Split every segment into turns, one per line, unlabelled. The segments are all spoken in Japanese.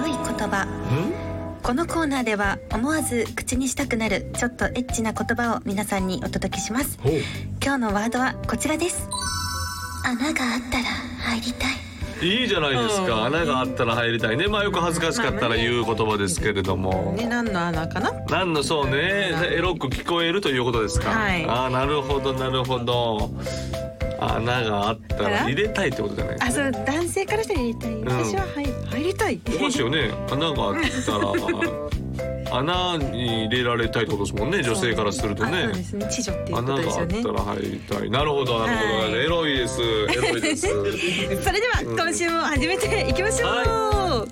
葉このコーナーでは思わず口にしたくなるちょっとエッチな言葉を皆さんにお届けします
ほう
今日のワードはこちらです穴があったら入りたい
いいじゃないですか、穴があったら入りたいねまあよく恥ずかしかったら言う言葉ですけれども、
ね、何の穴かな。
なんのそうね
うん
エロく聞こえるということですか、
はい
ああなるほどなるほど穴があったら入れたいってことじゃない
あ、そう、男性からしたら入りたい。
ん
私は入、入りたい。
おかしいよね穴があ ったら穴に入れられたいってことですもんね女性からすると
あ
ね
そうですね。知女っていうこと
穴
で
が
す
あ
よ
った
ね。
ら入りたいなるほどなるほど、
はい
エロいですエロいです
それでは
うん
今週も始めていきましょう、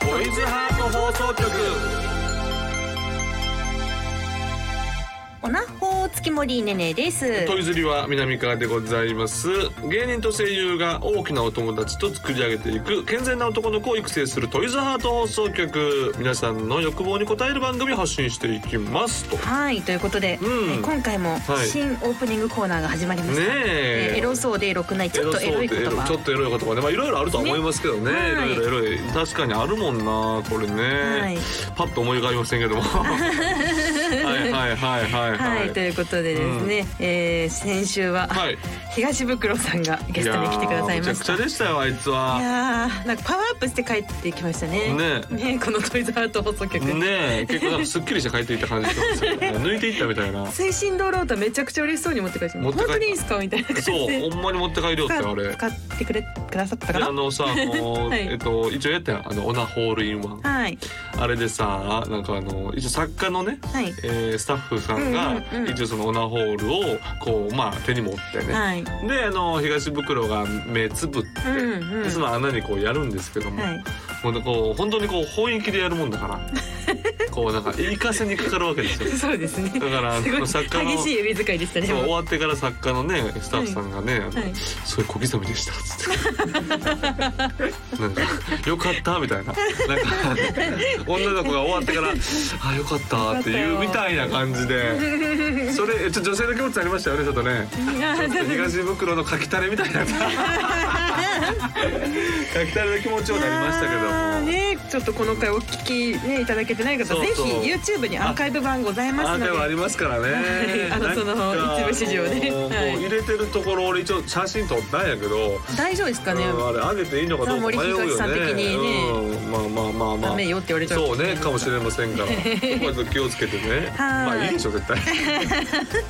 ボイズハート放送局
おなほ月森ねねです
トイズリは南川でございます芸人と声優が大きなお友達と作り上げていく健全な男の子を育成するトイズハート放送局皆さんの欲望に応える番組を発信していきますとね
はいということで、
うん
えー今回も
はい
新オープニングコーナーが始まりました、えーエ
え
ロそうでエロくないちょっとエロい言
エロちょっ
葉
とエロい言葉ねまあいろいろあるとは思いますけどね
ねはい
いろいろエロい確かにあるもんなこれね、
はい
パッと思い浮かびませんけ どもはいはいはいはい
はい、ということでですね、えー先週は、
はい
東袋さんがゲストに来てくださ
やー
いま
むちゃ
し
くち
た
ゃ
い
でしたよあいつは
やーなんかパワーアップして帰ってきましたねねこのトイズハート放送局、
ねえ結構なんかすっきりして帰っていった感じしますよね抜いていったみたいな
推進道ロータめちゃくちゃ嬉しそうに持って帰って
持って帰っ
本当にいいんすかみたいな感じ
そ
で
うほんまに持って帰りよってあれ
使ってくれくださったか
であ
な
のさあの、
はい
えっと一応やったやんあのオナホールインワン
はい
あれでさなんかあの一応作家のね
はい
えースタッフさん
うん
が
うんうん
一応そのオナホールをこうまあ手に持ってね、
はい
であの東袋が目つぶって、
うんうん
でその穴にこうやるんですけども、
はい
もうねこう本当にこう本気でやるもんだ からこうなんかいいかせにかかるわけですよ
そうですね
だから
すごい
作家の
激しい指使いでした ね
そう終
は
わってから作家のねスタッフさんがね、
い
すごい小刻みでしたっつってなんか「よかった」みたいななんか女の子が終わってから「あよかった」っていうみたいな感じでそれえちょ女性の気持ちありましたよねちょっとねちょっと東袋のかきたれみたいな かきたれの気持ちようになりましたけど
あー
も。
ねちょっとこの回お聞きねいただけてない方
そうそう
ぜひ YouTube にアーカイブ版ございます
あ
の
で
で
はありますからね。
はいあの
なんか
その一部始終をね
もう
はい
入れてるところ俺一応写真撮ったんやけど、
大丈夫ですかね
うんあれ上げていいのかどうか迷うよね。
森東さん的にね
うん、まあまあまあまあ。
ダメよって言われちゃう
そうねかもしれません から。これ気をつけてね。まあいいでしょ絶対。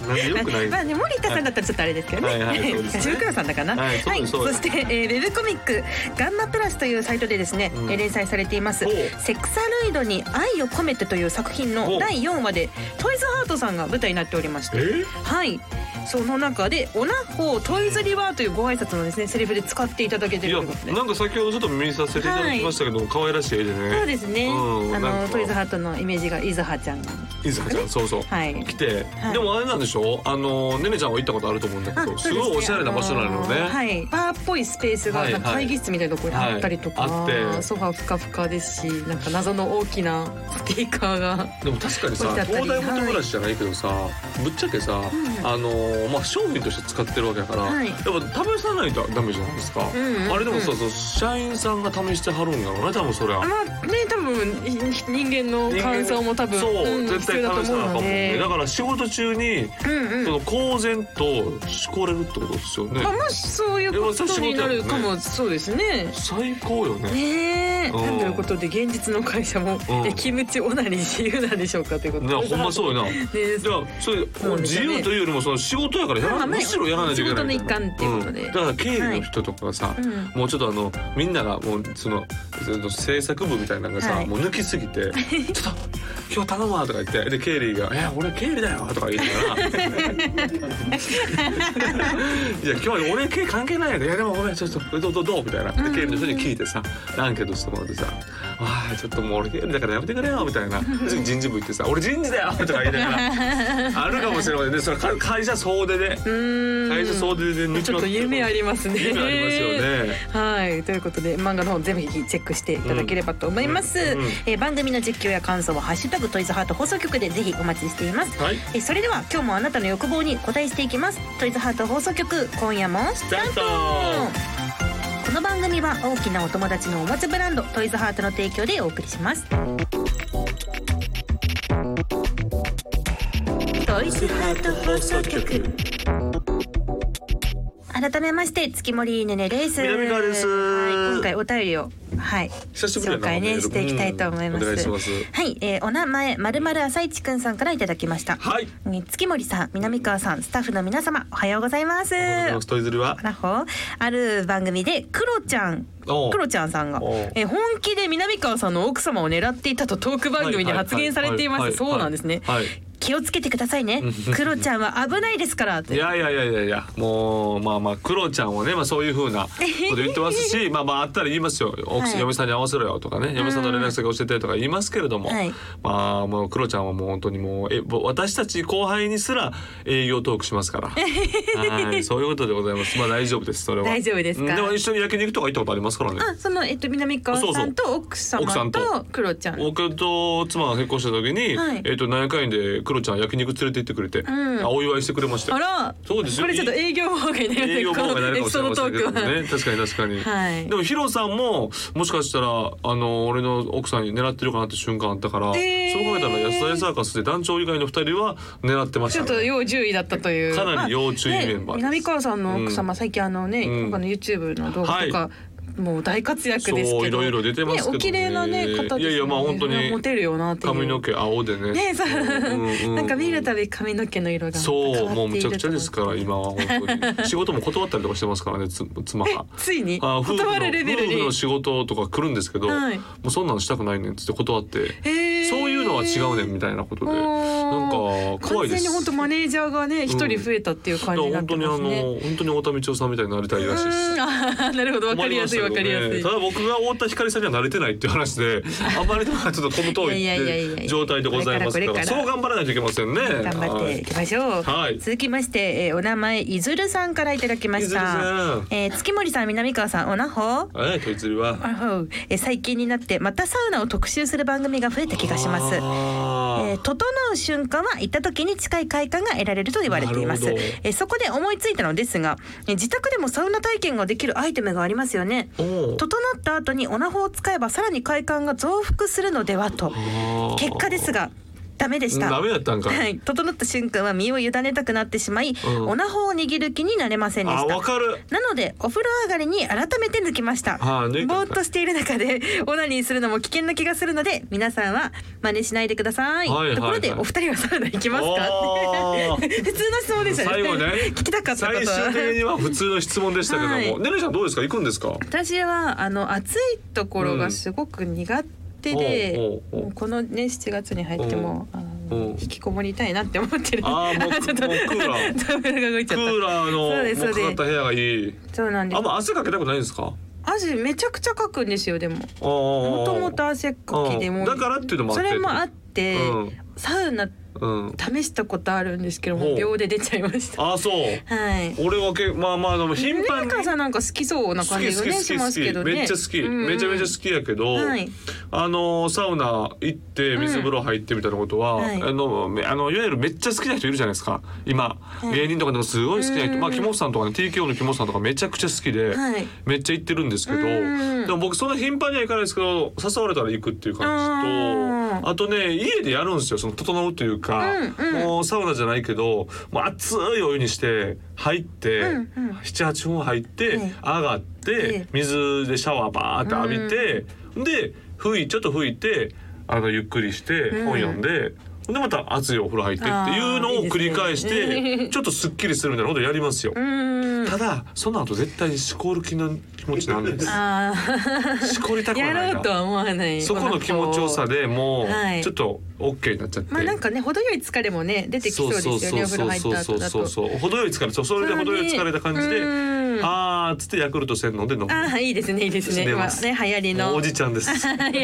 なんで良くない。
まあね森田さんだったらちょっとあれですけどね。
はいはいそうですね
吉岡さんだかな。
はいそうですそう
そ
です
して、えー、ウェブコミックガンマプラスというサイトでですね、
うん
えー連載されています
ほう
「セクサルイドに愛を込めて」という作品
ほ
の
う
第4話でトイズハートさんが舞台になっておりまし
え
て。はい。その中で「オナホトイズリワー」というご挨拶のですねセリフで使っていただけ
い
てる
や
ということで。
なんか先ほどちょっと見させていただきましたけど、可愛らしい絵で
そう
ね。
ですね。
うんな
あ
んか
のトイズハートのイメージがイズハちゃんが。
いずかちゃんそうそう。
はい。
来て、
はい
でもあれなんでしょあのねねちゃんは行ったことあると思うんだけどす,、ごいおしゃれな場所なのよね、
あーはい、バーっぽいスペースが
はい
なんか
はい
会議室みたいなところにあったりとか、
はいあって
ソファーふかふかですしなんか謎の大きなスピーカーが
でも確かにさ
置いてあったり
東大元暮らしじゃないけどさ、ぶっちゃけさ、
ん
あのーまあ商品として使ってるわけだから、
はい
やっぱ試さないとダメじゃないですか、
んうんうん
あれでもさそう社員さんが試してはるんだろうね多分そりゃ
まあね多分い人間の感想も多分
そう、
ん
絶
必
対
要
試さ
だ
な
と
あか
思
んも
うの
んね
で
だから仕事中に、
うんう
そ
ん
の公然としこれるってことですよね、
まあもしそういうことになるかもそうですね。
最高よね
ねえ、
ん
なんということで現実の会社も、
うん
えキムチオナニー自由なんでしょうかということ
ねほんまそうよな
で
じゃあそれ
そうです
自
ね
由というよりもその仕事やからやら
まあまあ
むしろやらないといけない
仕事の一環っていうことで
んだから経理の人とかがさ、
うん、
もうちょっとあのみんながもうそのその制作部みたいなのがさ、
はい
もう抜きすぎ て「ちょっと今日頼むわ」とか言ってで経理が「え俺経理だよ」とか言い ながら「いや今日は俺経理関係ないやでいやでもごめんちょっとどうどうどう」みたいなで経理の人に聞いてさアンケートしてもらってさ「ああちょっともう俺経理だからやめてくれよ」みたい な次人事部行ってさ「俺人事だよ」とか言いなが らあるかもしれないでそれか会社総出で
うーん
会社総出で抜きまくって
ちょっと夢ありますね。
夢ありますよね。
はい、ということで漫画の方ぜひチェックしていただければと思います、
うんうん
えー番組の実況や感想は「ハッシュタグトイズハート放送局」でぜひお待ちしています、
はい
えーそれでは今日もあなたの欲望にお答えしていきますトイズハート放送局今夜もスタート
スタート
こ
この番組は大きなお友達のおもちゃブランドトイズハートの提供でお送りしますトイズハート放送局改めまして月森ねねです
南川です
はい、今回お便りをはい
久しぶりだ
紹
な
介
メー
ね
ル
していきたいと思います,、
うんお願いします
はい、えーお名前まるまる朝市くんさんからいただきました
はい
えー月森さん南川さんスタッフの皆様おはようございます
このトイズルは
なほある番組でクロちゃん
おう
クロちゃんさんが
おう
え本気で南川さんの奥様を狙っていたとトーク番組で発言されてい
は
ます。
はは
そうなんですね。
はい
気をつけてくださいね
うん
クロちゃんは危ないですからっ
い
て
やいやいやいやいやもうまあまあクロちゃんはね、まあ、そういうふうなこと言ってます しまあまああったら言いますよ奥、
はい
嫁さんに合わせろよとかね嫁さんの連絡先教えてとか言いますけれども、
はい
まあもうクロちゃんはもう本当にもうえぼ私たち後輩にすら営業トークし ますからはいそういうことでございますまあ大丈夫ですそれは
大丈夫ですか
うんでも一緒に焼肉とか行ったことありますからね
あそのえっと南川さんと奥様
奥さん
と
と
クロちゃん。
僕と妻が結婚した時に、
はい
えっと何回でクロちゃん焼肉連れて行ってくれて、
ん
あお祝いしてくれましたよ
あら。
そうですよ
これちょっと営業妨害にな
営
る
業
ね。
妨害
こ
にな
の
るか
エピ
もし
ソー
れま
ドト
せんけ
ー
ど
クは。
ね 確かに確かに、
はい
でもヒロさんももしかしたらあの俺の奥さんに狙ってるかなって瞬間あったから、
えー
そう考えたら安田屋サーカスで団長以外の二人は狙ってまし
ち
た
ょっ
ね、
と要注意だったという。
かなり要注意
まあ
メンバーです
ね南川さんの奥様、最近あのね、
うん
他の YouTube の動画とか、
は
もう大活躍ですけど。
そういろいろ出てますけどね
お綺麗なね方ですよね。
いやいやまあ本当に
モテるよなっていう。
髪の毛青でね
ねそう、
うんうん
なんか見るたび髪の毛の色が
そうもうむちゃくちゃです
ら
から今は本当に仕事も断ったりとかしてますからねつ妻が。
ついに
あ夫婦の
断るレベル
夫婦の
に
仕事とか来るんですけど、
はい
もうそんなのしたくないねんっつって断って、
へー
そういうのは違うねんみたいなことで
おー
なんか怖いです
完全に本当マネージャーがね一人増えたっていう感じになっ
本
て
当にあ
ま
の
すね、
本当に太田道夫さんみたいになりたいらしいです
うんあーなるほどわかりやすいわかりやすい、
ただ僕が太田光さんには慣れてないっていう話であまりにもちょっと飛ぶ遠
いやいやいやいや
い
いや
状態でございますから
これからこれから
そう頑張らないといけませんね
頑張っていきましょう、
はい
続きまして、えーお名前いずるさんからいただきまし
いずる
た
さん、
えー月森さん南川さんおなほ
はいえこいつりは
あほうえー最近になってまたサウナを特集する番組が増えた気がします
あ
えー
ー
整う瞬間は行った時に近い快感が得られると言われています
なるほど
えーそこで思いついたのですが、えー自宅でもサウナ体験ができるアイテムがありますよね
おう
整った後にオナホを使えばさらに快感が増幅するのではと
あー
結果ですがダメでした
ダメだったんかい
はい、整った瞬間は身を委ねたくなってしまい、
うん
オナホを握る気になれませんでし
あ
た
わかる
なのでお風呂上がりに改めて抜きました
あー抜いたんだ
ぼーっとしている中でオナニーするのも危険な気がするので皆さんは真似しないでください,、
はいはいはい
ところでお二人はサウナ行きます
お
か
ー
普通の質問でしたね
最後ね
聞きたかったこと
最終的には普通の質問でしたけども、
はい
ねるちゃんどうですか行くんですか
私はあの暑いところがすごく苦手で、
うんおうおうおう
もうこのね7月に入ってもあの
うん
引きこもりたいなって思ってる。
あ ーもう
ちょっと
もうクーラー
ダブルが動いち
ク
ゃっ
ーラー
そう
の
ですそう
もう
です
かかった部屋がいい
た。そうなんです
あん。ま汗かけたくないんですか
汗めちゃくちゃかくんですよでも。も
も
ともと汗かきでもう
だからっていうのもあっ
そ
て
れもあってて、サウナ
うん、うん、
試したことあるんですけど
ほ
も
う
秒で出ちゃいました。
あそう
はい。
俺はけまあまあでも頻繁
南
に
川さんなんか好きそうな
好
感
き
じ
好
が
き
ね
好
し
き
ま
好
す
き
けどね。
めっちゃ好き、
うんうん
めちゃめちゃ好きやけど、
はい
あのサウナ行って水風呂入ってみたいなことは、
うんはい
あのめあのいわゆるめっちゃ好きな人いるじゃないですか今、
い
芸人とかでもすごい好きな
う
人、
ん
まあ木本さんとかね TKO の木本さんとかめちゃくちゃ好きで、
はい
めっちゃ行ってるんですけど、
うん
でも僕そんな頻繁には行かないですけど誘われたら行くっていう感じ
あー
とあとね家でやるんですよその整うというか、
うんうん
もうサウナじゃないけどもう熱いお湯にして入って、
うんうん
78分入って、
はい
上がっ
ええ
て水でシャワーバーって浴びて、で吹いちょっと吹いてあのゆっくりして
うん
本読んで。でまた熱いお風呂入ってっていうのを繰り返し
あーいいですね
てちょっとすっきりするみたいなことやりますよ。
うん。
ただその後絶対にしこる気の気持ちなんです
あ あ。
しこりたくは
や
な
ろ
いう
と
な
は思わない。
そこの気持ちよさでも
はいう
ちょっと OK になっちゃって、
まあなんかね程よい疲れもね出てきそうですよねお風呂入った後だと。
そうそう程よい疲れそうそれで程よい疲れた感じで、
うん
あーっつってヤクルト1000飲んで飲む
ああいいですねいいですね。
出
今
ま
ね
す
流行り
も
の。
うおじちゃんです
いやいやい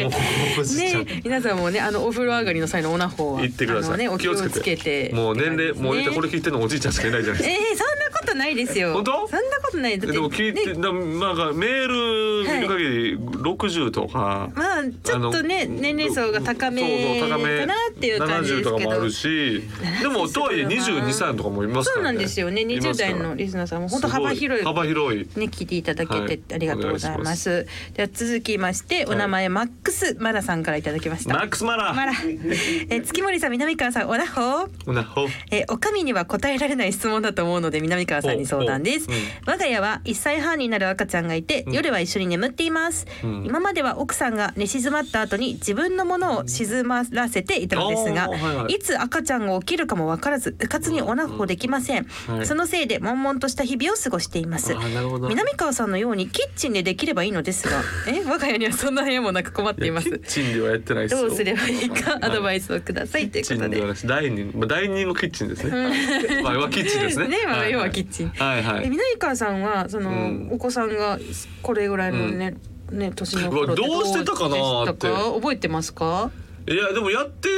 や
もうおじちゃん
ね皆さんもねあのお風呂上がりの際のオナホは
言ってくだ
あ
さ
の
い、
ねお気をつけて
もう年齢もうこれ
れ
聞いてるのおじいちゃんしかいないじゃないですか
えー、そんなこことないですよ
本当
そんなことないだって
でも聞いて、
ね
ななんかメール見る限り60とか、
まあちょっとね
あの
年齢層が高
そう
め
そう
か
高め
なっていう感じですけど
70とかもあるしで もとはいえ22歳とかもいますか
そう
らね
なんですよね
いま
20
すから
代のリスナーさんも本当幅広い
すご幅広い
ね、聞いていただけてありがとうございます。では続きまして、
はい
お名前マックスマラさんからいただきました。
マックスマラ
マラ、 え月森さん、南川さん、おなほ。
ほなほ
えお上には答えられない質問だと思うので南川さんに相談です
ほうほう
我が家は1歳半になる赤ちゃんがいて、
うん
夜は一緒に眠っています、
うん
今までは奥さんが寝静まった後に自分のものを静まらせていたのですが、
おーはいはい
いつ赤ちゃんが起きるかもわからずうかつにオナホできません、
はい
そのせいで悶々とした日々を過ごしています
あーなるほど
南川さんのようにキッチンでできればいいので すがえ我が家にはそんな部屋もなく困っていま
いや
す
キッチンではやってないですよ
どうすればいいか
い
アドバイスをくださいとい
キッ
う
チ
こ
ン
と
で
で
はないですダイニングまあダイニングキッチンですねまあ要はキッチンですね
ねま
は
あ
いはい
要はキッチン
はいは
え
い
南川さんはその、
うん
お子さんがこれぐらいのね、ね年の頃っ
う
て
わどうしてたかなーって
どうでしたか覚えてますか？
いやでもやって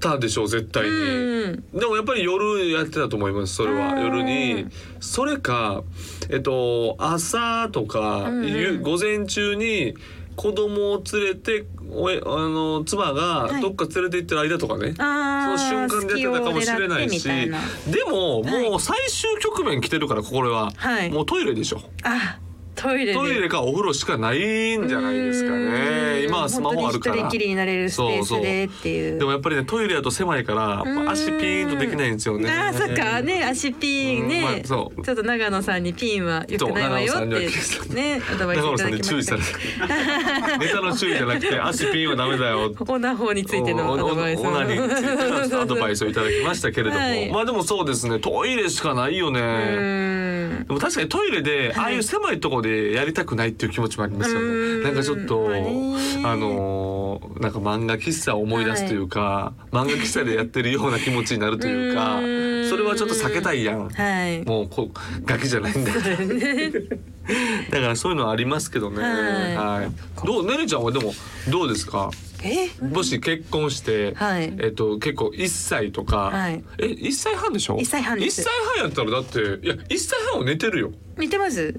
たでしょう絶対
う
に
ん
でもやっぱり夜やってたと思いますそれは
うん
夜にそれかえっと朝とか、
うんうん
ゆ午前中に子供を連れておえあの妻
は
が
い
どっか連れて行ってる間とかね、そ
あ
の
あ
瞬間でやってたかもしれないし
隙を狙ってみたいな
でももう最終局面来てるからこれは、
はい
もうトイレでしょ
あトイレで
トイレかお風呂しかないんじゃないですかね
うん
今はスマホあるか
本当に一
ら
人きりになれるスペースでっていう。
でもやっぱりねトイレだと狭いから
うん
足ピーンとできないんですよね
ああそっかね足ピンね、
うんまあそう
ちょっと長野さんにピンは良くないわよ
そう
っ
長野さん
て
に
ねアドバイス
中
い
野
た
さ
だ
ん
き
に
ま
注意
し
さ
た
れてネタの注意じゃなくて足ピンはダメだよ
オナホについて
お
のア
お
ドバイスを
オナニーについてのちょっとアドバイスをいただきましたけれども、
はい
まあでもそうですねトイレしかないよね
うん
でも確かにトイレでああいう狭いところでやりたくないっていう気持ちもありますよ
う
ね
ん
なんかちょっと
まあね
あのーなんか漫画喫茶を思い出すというか、漫画喫茶でやってるような気持ちになるというか
うん
それはちょっと避けたいやん
はい。
もうこうガキじゃないんだよ だからそういうのはありますけどね。
はい
はい。どうねるちゃんはでもどうですか。
え
もし結婚して、
はい
えっと結構一歳とか、
はい
え一歳半でしょ？
一歳半です
一歳半やったらだっていや一歳半は寝てるよ。
似てます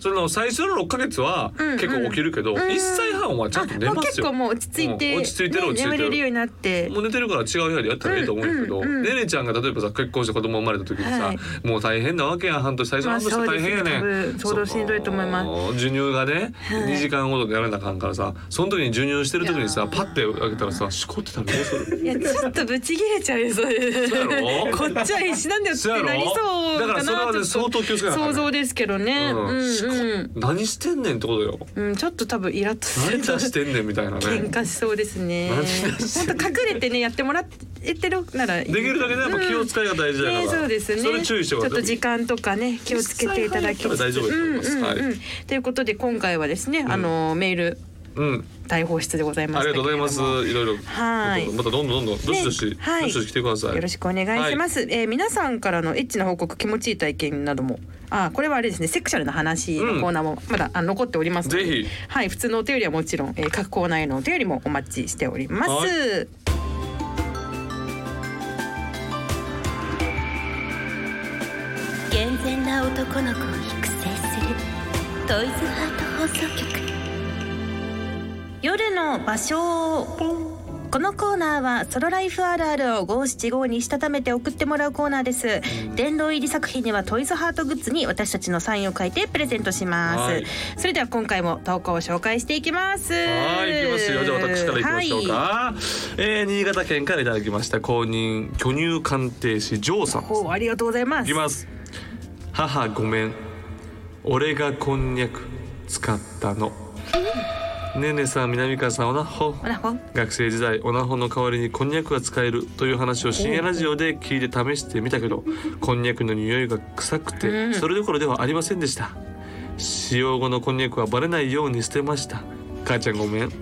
その最初の六ヶ月は
うんうん
結構起きるけど、一、
うん
歳半はちゃんと寝
もう
ます
結
よ。
構
も
もう落ち着いて,、
うん落ち着いてる
ね
落ち着いてる
眠れるようになって
う寝てるから違う部屋でやったらいいと思うんやけど、
うんうんうん
ねねちゃんが例えばさ結婚して子供生まれた時にさ、
はい
もう大変なわけやん半年最初の
まあ
半年は大変やねん、
そうですね多分相当しんどいと思いま
す
す
授乳がね、
はい
2時間ごとでやらなあかんからさその時に授乳してる時に
い
さ
やー
パッて開けたらさしこってたらどうする
いやちょっとブチ切れちゃいそうで
そうやろ
こっちは必死なんだよって
そうやろ
なりそう
だからそれはね
かなちょっと
相当気をつけなあかんね
想像ですけどね、うん、
しこ
うん
何してんねんってことよ
うん、ちょっと多分イラッとす
何
る
出してんねんみたいな
喧
ね
嘩しそうですね
何して
本当隠れてねやってもらってるならいい
できるだけねやっぱ気を使いが大事だから、
ね、そうですね。
それ注意してもら
ちょっと時間とかね、気をつけていただきつつ。
実際入ったら大丈夫だと思います
うんうんうん
は
ということで、今回はですね、あのメール
うん
大放出でございま
あ
す。
りがとうございますいろいろ
はい
またどんどんどんどんどしどし、
ねはい
どしどし来てください
よろしくお願いします。えー皆さんからのエッチな報告、気持ちいい体験なども。あ、これはあれですね、セクシャルな話のコーナーもまだ、あ残っておりますので。
ぜひ
はい、普通のお便りはもちろん、えー各コーナーへのお便りもお待ちしております。
はい
健全な男の子を育成するトイズハート放送局夜の場所このコーナーはソロライフあるあるを五七五にしたためて送ってもらうコーナーです。殿堂入り作品にはトイズハートグッズに私たちのサインを書いてプレゼントしま
は
す
い。
それでは今回も投稿を紹介していきます。
はい、行きますよ。じゃあ私から行きましょうか。
はい
えー新潟県からいただきました公認巨乳鑑定士ジョーさんです。
おありがとうございま
い
す。
きます。母ごめん。俺がこんにゃく使ったの。ねねさん、南川さん、おなほ。
ほらほん
学生時代オナホの代わりにこんにゃくが使えるという話を深夜ラジオで聞いて試してみたけどこんにゃくの匂いが臭く
うん
てそれどころではありませんでした使用後のこんにゃくはバレないように捨てました母ちゃんごめん
ね、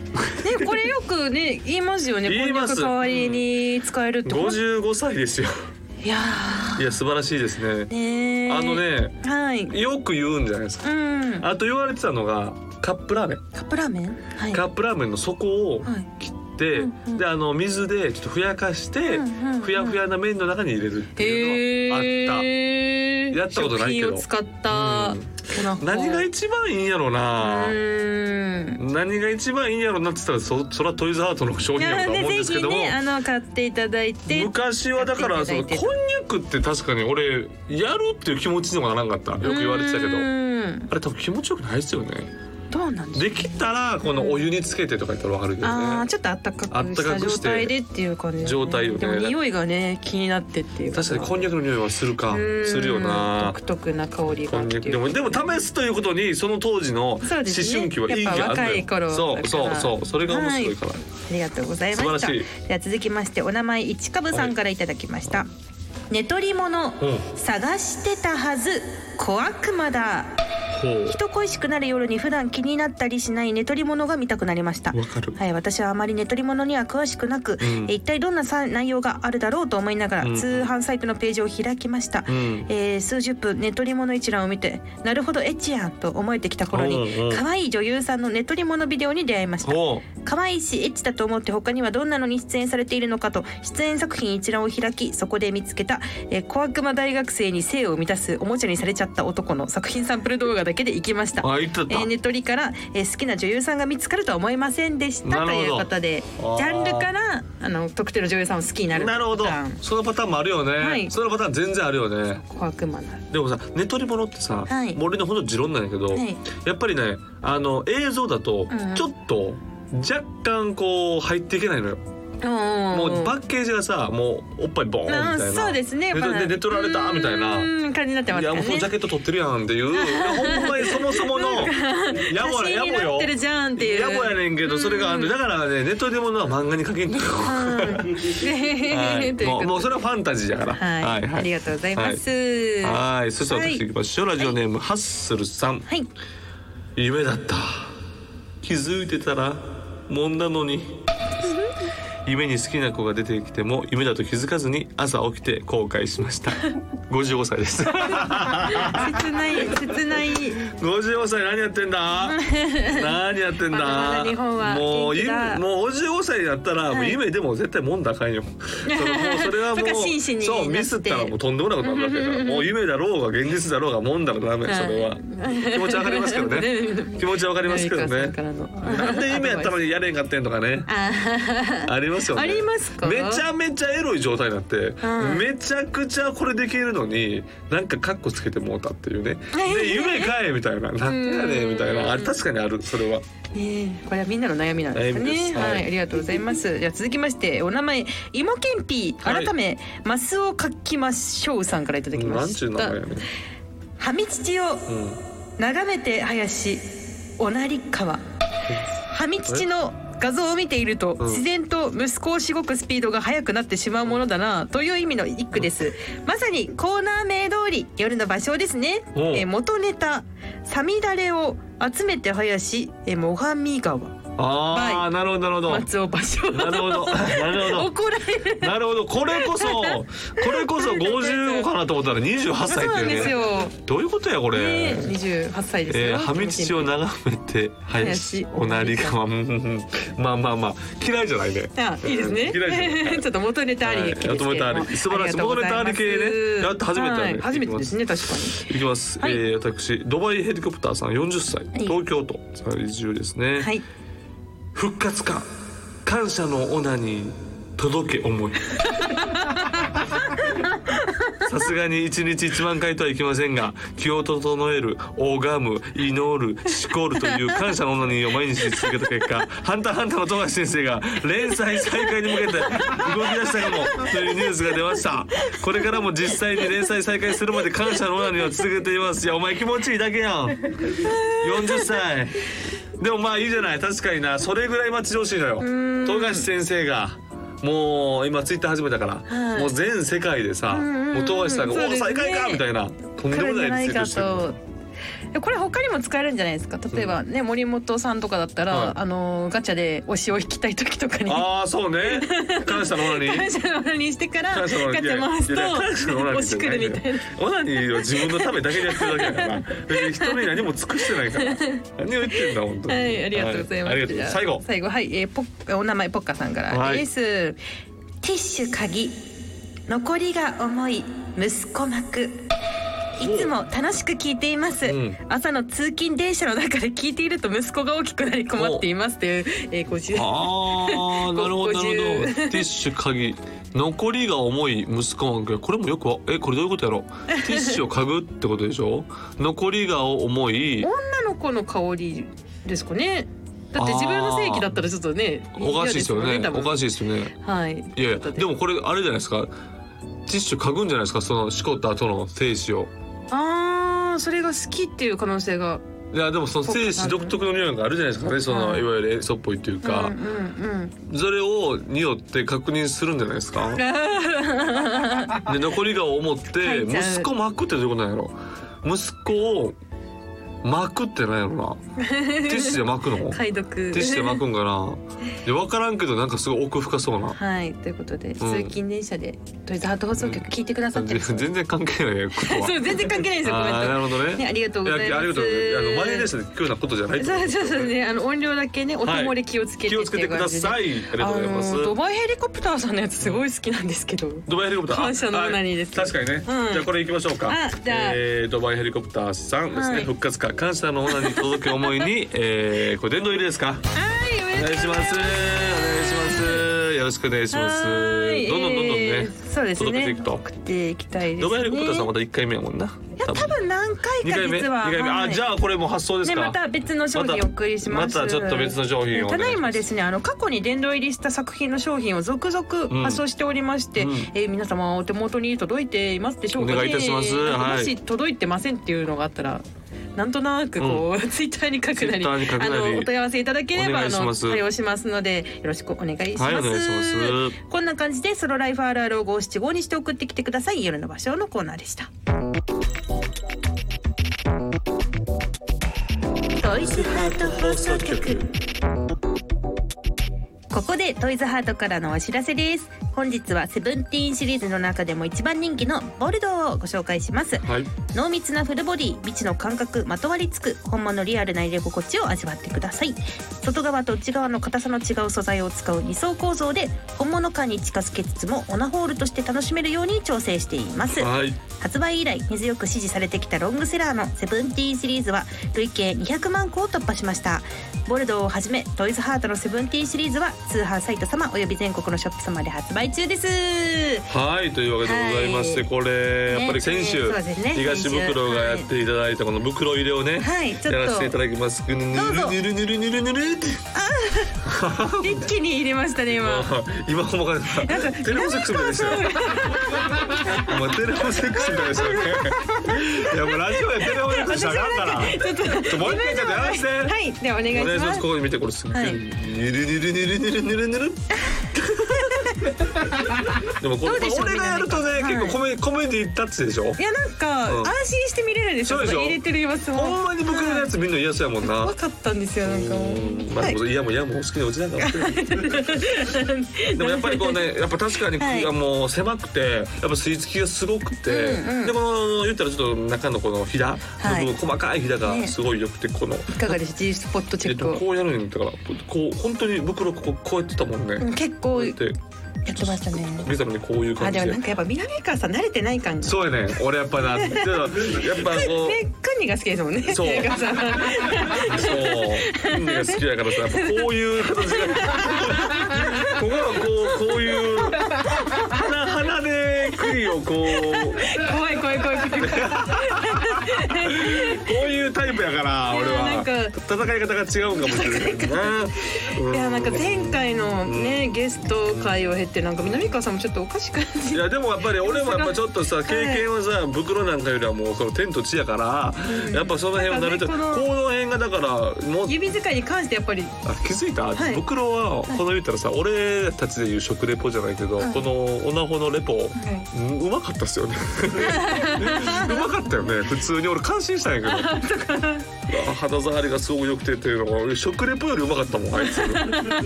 これよくね、言いますよね。こ
言い
んにゃ
ます
く代わりに使えるって。
55歳ですよ
いや
いや素晴らしいですね
ー。ねー
あの。ね
はい。う
よく言うんじゃないですか
ん。
あと言われてたのがカップラーメン
カップラーメン。はい。
カップラーメンの底を
はい
切って、
うんうん
であの水でちょっとふやかして、
うんうんうん
ふやふやな麺の中に入れるっていうのがあった、
えね
やったことないけど
食品を使ったお腹
何が一番いいんやろな
うーん
何が一番いいんやろなって言ったらそそらトイズハートの商
い
品や
や
ろうと思うん
で
です
ぜ
け
ひ
ども、
ねあの買っていただいて
昔はだからそのこんにゃくって確かに俺やるっていう気持ちにもならなかったよく言われてたけど
う
あ
ーん
れ多分気持ちよくないですよね
どうなんでしょう
できたらこのお湯につけてとか言ったらわかるけ
あ
ど
あ
ね
ちょっとあったか
あっ
く
た
し
か
た
くして
状態でっていう感じだね、
状態よね
でも匂いがね気になってっていう
確かにこん
に
にゃくの匂いはするかするよな
独特な香りが
こんにゃくでもでも試すということにその当時の思
そうですね
春期はいいがあった
やっぱ若い頃だ
そ
から
うそうそうそれが面白いから、
ありがとうございま
素晴
し
ら
た
しい
では続きましてお名前一株さんからいただきました、寝取り物
うん
探してたはず小悪魔だ
ほ
人恋しくなる夜に普段気になったりしない寝取り物が見たくなりました
うわかる
はい、私はあまり寝取り物には詳しくなく、
うん
え一体どんなさ内容があるだろうと思いながら、
うん
通販サイトのページを開きました、
うん
えー数十分寝取り物一覧を見てなるほどエッチやんと思えてきた頃に
うんうん
可愛い女優さんの寝取り物ビデオに出会いました
ほう
可愛いしエッチだと思って他にはどんなのに出演されているのかと出演作品一覧を開きそこで見つけた、えー、小悪魔大学生に性を満たすおもちゃにされちゃった男の作品サンプル動画だけで行きました
あ言って
え
た、
ー、ネットリから、えー好きな女優さんが見つかるとは思いませんでし
な
た
るほ
と
ど
いうことでジ
あー
ャンルからあの特定の女優さんを好きになる
なるほど
パターン
そのパターンもあるよね、
はい
そのパターン全然あるよね
小悪魔な
でもさ寝取り物ってさ、
はい
俺のほんと持論なんやけど、
はい
やっぱりねあの映像だと
うん
ちょっと若干こう入っていけないのよ、も
も
うパッケージがさもうおっぱいボーンみたいな、
うんそうですね
寝と
まあ
で寝取られたみたいな
うーん感じになってます
い
か
や
ら
もうその
ね
ジャケット取ってるやんっていういやほんまにそもそもの やぼ
写
や
真に
や
なっ
ぼ
てる
よ
じゃんっていう
やぼやねんけどそれがあのだからねネットでものは漫画に書けんのよ、はい、
という
も
こ
う
と
もうそれはファンタジーだから
はい、
はいは
あり
い
がとうございます。
はいそしたら私いきましょう、ラジオネーム、ハッスルさん、
はい
夢だった気づいてたらもんなのに夢に好きな子が出てきても夢だと気づかずに朝起きて後悔しました 55歳です
切ない切ない。
55歳何やってんだ 何やってんだ
まだまだ日本は
もう
元気だ
夢もう55歳やったら、もう夢でも絶対もんだか んよそのもうそれはも
そっか
う
真摯に
そう
なって
ミスったらもうとんでもなくなるわけだからもう夢だろうが現実だろうがもんだからダメそれは気持ちわかりますけ どね気持ちわかりますけど
ゆいかさ
ね
んからの
なんで夢やったのにやれんかってんとか ね
あー
ありますよね
ありますか
めちゃめちゃエロい状態になって、
うん
めちゃくちゃこれできるのになんかカッコつけてもうたっていう ねで夢かえみたいななんでやねんみたいなあれ確かにあるそれは
ねえこれはみんなの悩みなんです
悩みで
ね。
す
は、
はいい
ありがとうございます。じゃあ続きましてお名前イモケンピ
はい
改め、マスを書きましょうさんからいただき
な
ま
んちゅ
し
う名
た
前や。ねん、
ハミ乳を
うん、
眺めて林おなり川ハミ父の画像を見ていると
ん
自然と息子をしごくスピードが速くなってしまうものだなという意味の一句ですまさにコーナー名通り夜の場所ですね、
おう
えー元ネタサミダレを集めて林えー最上川
ああなるほどなるほど
松尾芭蕉
なるほどなるほど
怒られる
なるほどこれこ そこれこそ55かなと思ったら28
そう
歳っ
な
て
んで
い
す
う
よ
ねどういうことやこれ、
ね二十八歳ですよ、
えー、ハミチを眺めて林おなりがうんうんうんまあまあまあ嫌いじゃないね。
あいいですね。
嫌いじゃない
ちょっと元ネタありですけれども。
はい元ネタあり素晴らしい
ありがとうござ
元
ます
ネタあり系ねやっと初めてだね
はい初めてですね確か
いきます。
はい
えー私ドバイヘリコプターさん40歳、東京都在住ですね。
に。はい。
復活か感謝のオナに届け思い。さすがに一日1万回とはいきませんが気を整える拝む祈るしこるという感謝のオナニーを毎日続けた結果「ハンターハンター」の富樫先生が連載再開に向けて動き出したかもというニュースが出ましたこれからも実際に連載再開するまで感謝のオナニーを続けていますいやお前気持ちいいだけやん40歳でもまあいいじゃない確かになそれぐらい待ち遠しいのよ富樫先生がもう今ツイッター始めたから、
はい
もう全世界でさ、
んうん
もう富樫さんが「
そう
お
で
お
すね
再開か!」みたいなとんでもないリツイートしてる
でこれ他にも使えるんじゃないですか例えばね、森本さんとかだったら、
はい
あのガチャで推しを引きたい時とかに
ああそうね感謝のオナニー
感謝の話にしてからガ
感
チ
謝のオナニー
ャ回す
いやいや感謝のオナ
と
ニー
推しくるみたいな
オナニーは自分のためだけでやってるだけだから別に人に何も尽くしてない から何を言ってんだ本当に
はいありがとうございます、
はあり
じ
が
ゃあ
とう最後
最後はい、えー、ポッお名前ポッカさんから
はい
です、
ティッシュ鍵残りが重い息子膜いつも楽しく聞いています、
うん
朝の通勤電車の中で聞いていると息子が大きくなり困っていますという、えー、50
あーなるほどなるほど
50
ティッシュ鍵残りが重い息子はこれもよくわえこれどういうことやろティッシュを嗅ぐってことでしょ残りが重い
女の子の香りですかねだって自分の正規だったらちょっとね
おかしいですよね
嫌もん
おかしいですよね
はい
いやいやでもこれあれじゃないですかティッシュ嗅ぐんじゃないですかそのしこった後の精子を
あーそれが好きっていう可能性が
いやでもその精子独特の匂いがあるじゃないですかねその
うん
いわゆるエソっぽいっていうか、
うんうん
それを匂って確認するんじゃないです かで残りが思って
書いちゃう
息子巻くってどういうことなんやろ息子を巻くってなんやろなティッシュで 巻くの
うん
テ
解読
ィッシュで巻くんかなで分からんけどなんかすごい奥深そうな
はいということで、通勤電車でとりあえずハート放送局聞いてくださってる、 そう
全然関係ないこと は
全然関係ないですよコメン
あーな
ト
るほどね
ねありがとう
いや
ご
あ
ざ
り
います
がとうございますあのマイレースで聞くようなことじゃないってこと
そう
です
そ
よ
うそうねあの音量だけね音漏れ気をつけて
気をつけてくだ
い
さいありが
あ
とうございます
のドバイヘリコプターさんのやつすごい好きなんですけど、
ドバイヘリコプター
感謝のオナニーです
あはい確かにね、
うん
じゃあこれ行きましょうか
あじゃあ
えードバイヘリコプターさんですね、
はい
復活か感謝のオナニーに届け思いに、えー、これ殿堂入りですか
はいお
お
めで
願
と
いし
うご
ま
ざいます
すお願いしますよろしくお願いします
はい
どんどんどんどんね、
えーそうですね
届けていくと
送っていきたいですね
ドバイヘリコプターさんまた一回目やもんない
や多分何回
二
か
回目
実
二
は
回目あじ
あ
ゃあこれも発送です
ね
か、
また別の商品をお送りします
またまたちょっと別の商品をお願いします
ただいまですねあの過去に殿堂入りした作品の商品を続
うん
々発送しておりまして、
うん
えー皆様お手元に届いていますでしょうかね
お願いいたします
なんか
はい
もし届いてませんっていうのがあったらなんとなくこう、 ツイッターに書くなり
Twitter に書くなり
あのお問い合わせいただければ
お願
あ
いし
の
ます
対応しますのでよろしくお願いします,、
はいお願いします
こんな感じでソロライフ RR を575にして送ってきてください夜の場所のコーナーでした
トイズハート放送局ここでトイズハートからのお知らせです本日はセブンティーンシリーズの中でも一番人気のボルドーをご紹介します
はい
濃密なフルボディ未知の感覚まとわりつく本物リアルな入れ心地を味わってください外側と内側の硬さの違う素材を使う二層構造で本物感に近づけつつもオナホールとして楽しめるように調整しています
はい
発売以来根強く支持されてきたロングセラーのセブンティーンシリーズは累計200万個を突破しましたボルドーをはじめトイズハートのセブンティーンシリーズは通販サイト様および全国のショップ様で発売中です
はいというわけでございまして、
は
これやっぱり先週、
ねそうですね
東袋がやっていただいたこの袋入れをね、
はいちょっ
や
と
らせていただきます。ぬる
う
ぬ
ぞ
るぬるぬるぬるぬるって。
一気に入れましたね今
今ほんまかった。テレフォンセックスみたいでしたよ。今テレフォンセックスみたいでしたよね。いやもうラジオでテレフォンセックスしたらあかんから。ちょっともう一回ちょっとやらせて。
はいではお願い
お願いし
し
ま
ます
す。ここ見てこれすっげえ。ぬるぬるぬるぬるぬるぬ る。でもこれ
どうでしょう
俺がやるとね
皆さん
結構コメコメディタッチでしょ
い。やなんか
うん
安心して見れるんですよ、
そうでしょ
入れてる様子も
ほんまに僕のやつみんな嫌そうやもんな。
分かったんですよなんかもう
うんまあ、いやもういやもうお好きなうちなんだから。 でもやっぱりこうねやっぱ確かに、
はい
もう狭くてやっぱ吸い付きがすごくて、
うんうん
でこの言ったらちょっと中のこのひら、
はい
の細かいひらが
ね
すごい良くてこの、
いかがでした G スポットチ
え
ェ
っと
ックを、
こうやるんだからこう本当に袋こここうやってたもんね。
うん結構
こうや
や
っ
って
て
ましたね
見た目にこういう
あ
感じ
で
で
もなん。かやっぱ南川さん慣れてない感じ
そうやね俺やっぱなちょっとやっぱこう。
ねクンニが好きですもんね
そう
南川さん
そう。運命が好きだからさ、やっぱこういう形が。ここはこう、こういう。鼻、鼻で杭をこう、
怖い怖い怖い怖い
こういうタイプやから、俺
いやなん
は。
か
戦い方が違うんかもしれないけどな。うん
いやなんか前回のねゲスト会を経てなんか南川さんもちょっとおかしくなって
いやでもやっぱり俺もやっぱちょっとさ経験はさ袋なんかよりはもうその天と地やからやっぱその辺は慣れてこ
なん
の
かねこの
辺がだからもう
指使いに関してやっぱり
あ気づいた、
はい
袋はこの言ったらさ、俺たちで言う食レポじゃないけど、
い
このオナホのレポ、うんうまかったっす よねうまかったよね普通に俺感心したんやけど あ肌触りがすごく良くてっていうのが食レポよりうまかったもんあい つ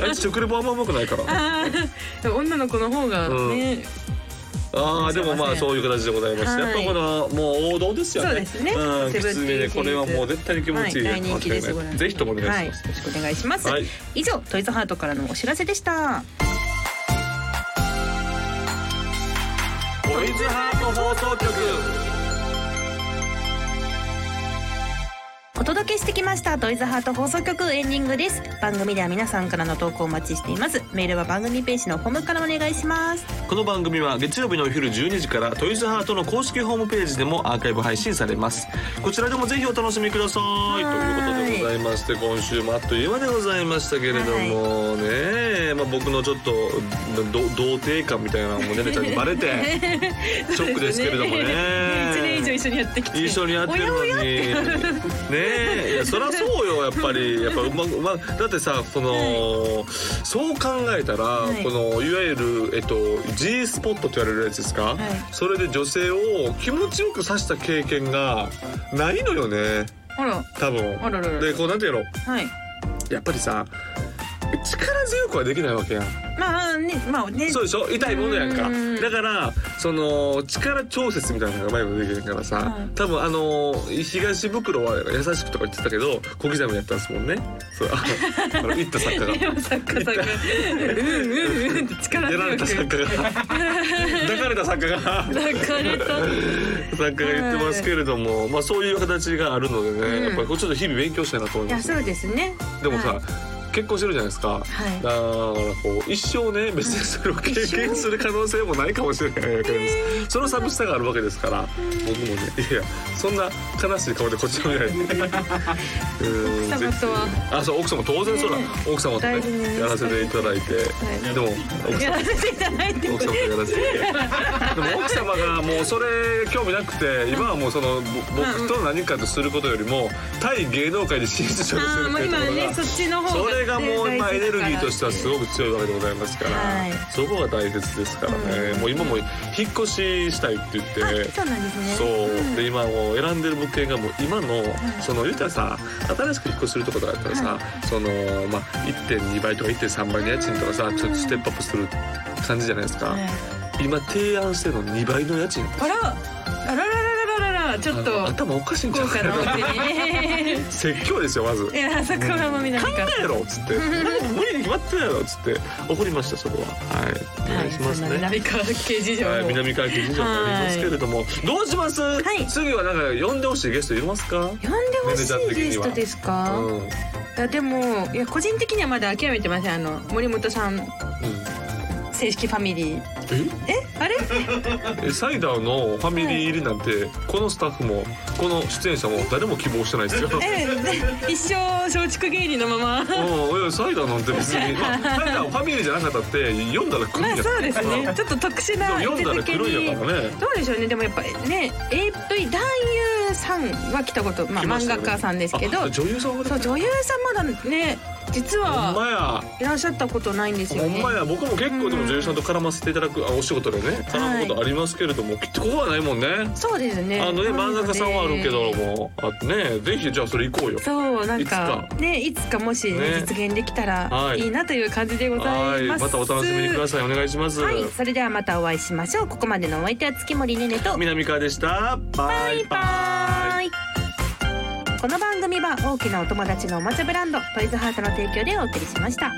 あいつ食レポあんまうまくないから
あー女の子の方がね、
ああでもま
すいませ
あ
ん
そういう形でございまして、
はい
やっぱこのもう王道ですよね
そうですね
うん、き
セブ
つめ
ンティーンシリ
で
ーズ
これはもう絶対に気持ちいい、
はい大人気ですご覧ください
ぜひともお願いし
は
ま
いよ
す、
ろしくお願いします、
はい
以上トイズハートからのお知らせでした
トイズハート放送局
届けしてきましたトイズハート放送局エンディングです番組では皆さんからの投稿をお待ちしていますメールは番組ページのホームからお願いします
この番組は月曜日のお昼12時からトイズハートの公式ホームページでもアーカイブ配信されますこちらでもぜひお楽しみくださいということでございまして今週もあっという間でございましたけれどもねえ、まあ、僕のちょっとど童貞感みたいなのもねねちゃんにバ レてショックですけれ どもね
1年以上一緒にやってきて
一緒にやってるのにねえいやそりゃそうよやっぱりやっぱうまうまだってさその、そう考えたら、
い
このいわゆる、えっと、G スポットと言われるやつですか、それで女性を気持ちよく刺した経験がないのよね
ほら
多分
あららら
でこうなんていうの
はい
やっぱりさ力強くはできないわけやん
まあねまあね
そうでしょ痛いものやんか
うん
だからその力調節みたいなのがうまいことできるからさ、
はい
多分あのー東袋は優しくとか言ってたけど小刻みやったんですもんねそう あのあの行った作家が
でも 作家さんがうんうんうんって力
やられ
強
た
く
作 家が抱かれた作家が
抱かれた
作家が言ってますけれども、まあそういう形があるのでね、
うん
やっぱりこうちょっと日々勉強したいなと思い
い
ま
や
す
そうですね
でもさ、
はい
結婚してるじゃないですか、
はい
だからこう一生ね別にそれを経験する可能性もないかもしれないわけですその寂しさがあるわけですから僕もねいやいやそんな悲しい顔でこっちを見ないで奥
奥様とは
あそう奥様当然そうだ、奥様と
大事
ね
に
やらせていただいて、
い
でも奥
や
様
らせていただいて
奥様とやらせていただいてでも奥様がもうそれ興味なくて今はもうそのぼ僕と何かとすることよりも対芸能界に進出しようとして
あ
る
あ
っ
も
て
う
いうとこ
今
ろ
ね
が
そっちの方
そ
が
れがもう
ね
今エネルギーとしてはすご
大事だか
く強いわけでございますから、
はい
そこが大切ですからね、もう今も引っ越ししたいって言って、
らそうなんですね
そう、で今もう選んでる物件がもう今の、その言うたらさ新しく引っ越しするとことかだったらさ、そのまあ1.2倍とか1.3倍の家賃とかさちょっとステップアップする感じじゃないですか、
はい
今提案してるの2倍の家賃
あらあらららららららちょっと
あの頭おかしいんじゃ
豪華なお
ない
店に
説教ですよまず
いや桜もみなんか
考えろっつって無理に決まってないやろっつって怒りましたそこははいお願いしますね、
はいそんな南川刑事情
はい、
も
南関係以上になりますけれども、どうします、
い
次はなんか呼んでほしいゲストいますか
呼んでほしいゲストですか、
うん、
い
うん
やでもいや個人的にはまだ諦めてませんあの森本さん正式ファミリーえあれ
えサイダーのファミリー入りなんて、このスタッフもこの出演者も誰も希望してない ですよ。うん
ええ一生松竹芸人のまま
いやサイダーなんて別 に、まあ、サイダーはファミリーじゃなかったって読んだら来る
ま
ん
あ
や
そうですねちょっと特殊な
読んだら
手
来
続け
るんやからね
どうでしょうねでもやっぱね AV 男優さんは来たこと、まあ、
来まし
漫
たよ
画
ね
家さんですけ
あ
ど
女優さんは
そう女優さんまだね実
ほんま
は
や
いらっしゃったことないんですよ
ほん
ね
まや僕も結構でも女優さんと絡ませていただく、あお仕事でね絡むことありますけれども、きっとここはないもんね
そうですね
あのね
な
漫
ので
画家さんはあるけどもあとねぜひじゃあそれ行こうよ
そうなん
いつか
かねいつかもしね、
ね
実現できた
は
ら
い
いいなという感じでござ
はいい
ます
またお楽しみにくだ
さ
さいお願いします、
はいそれではまたお会いしましょうここまでのお相手は月森ねねと
南川でしたバ
バイ
イバイ
バイこの番組は大きなお友達のおもちゃブランドトイズハートの提供でお送りしました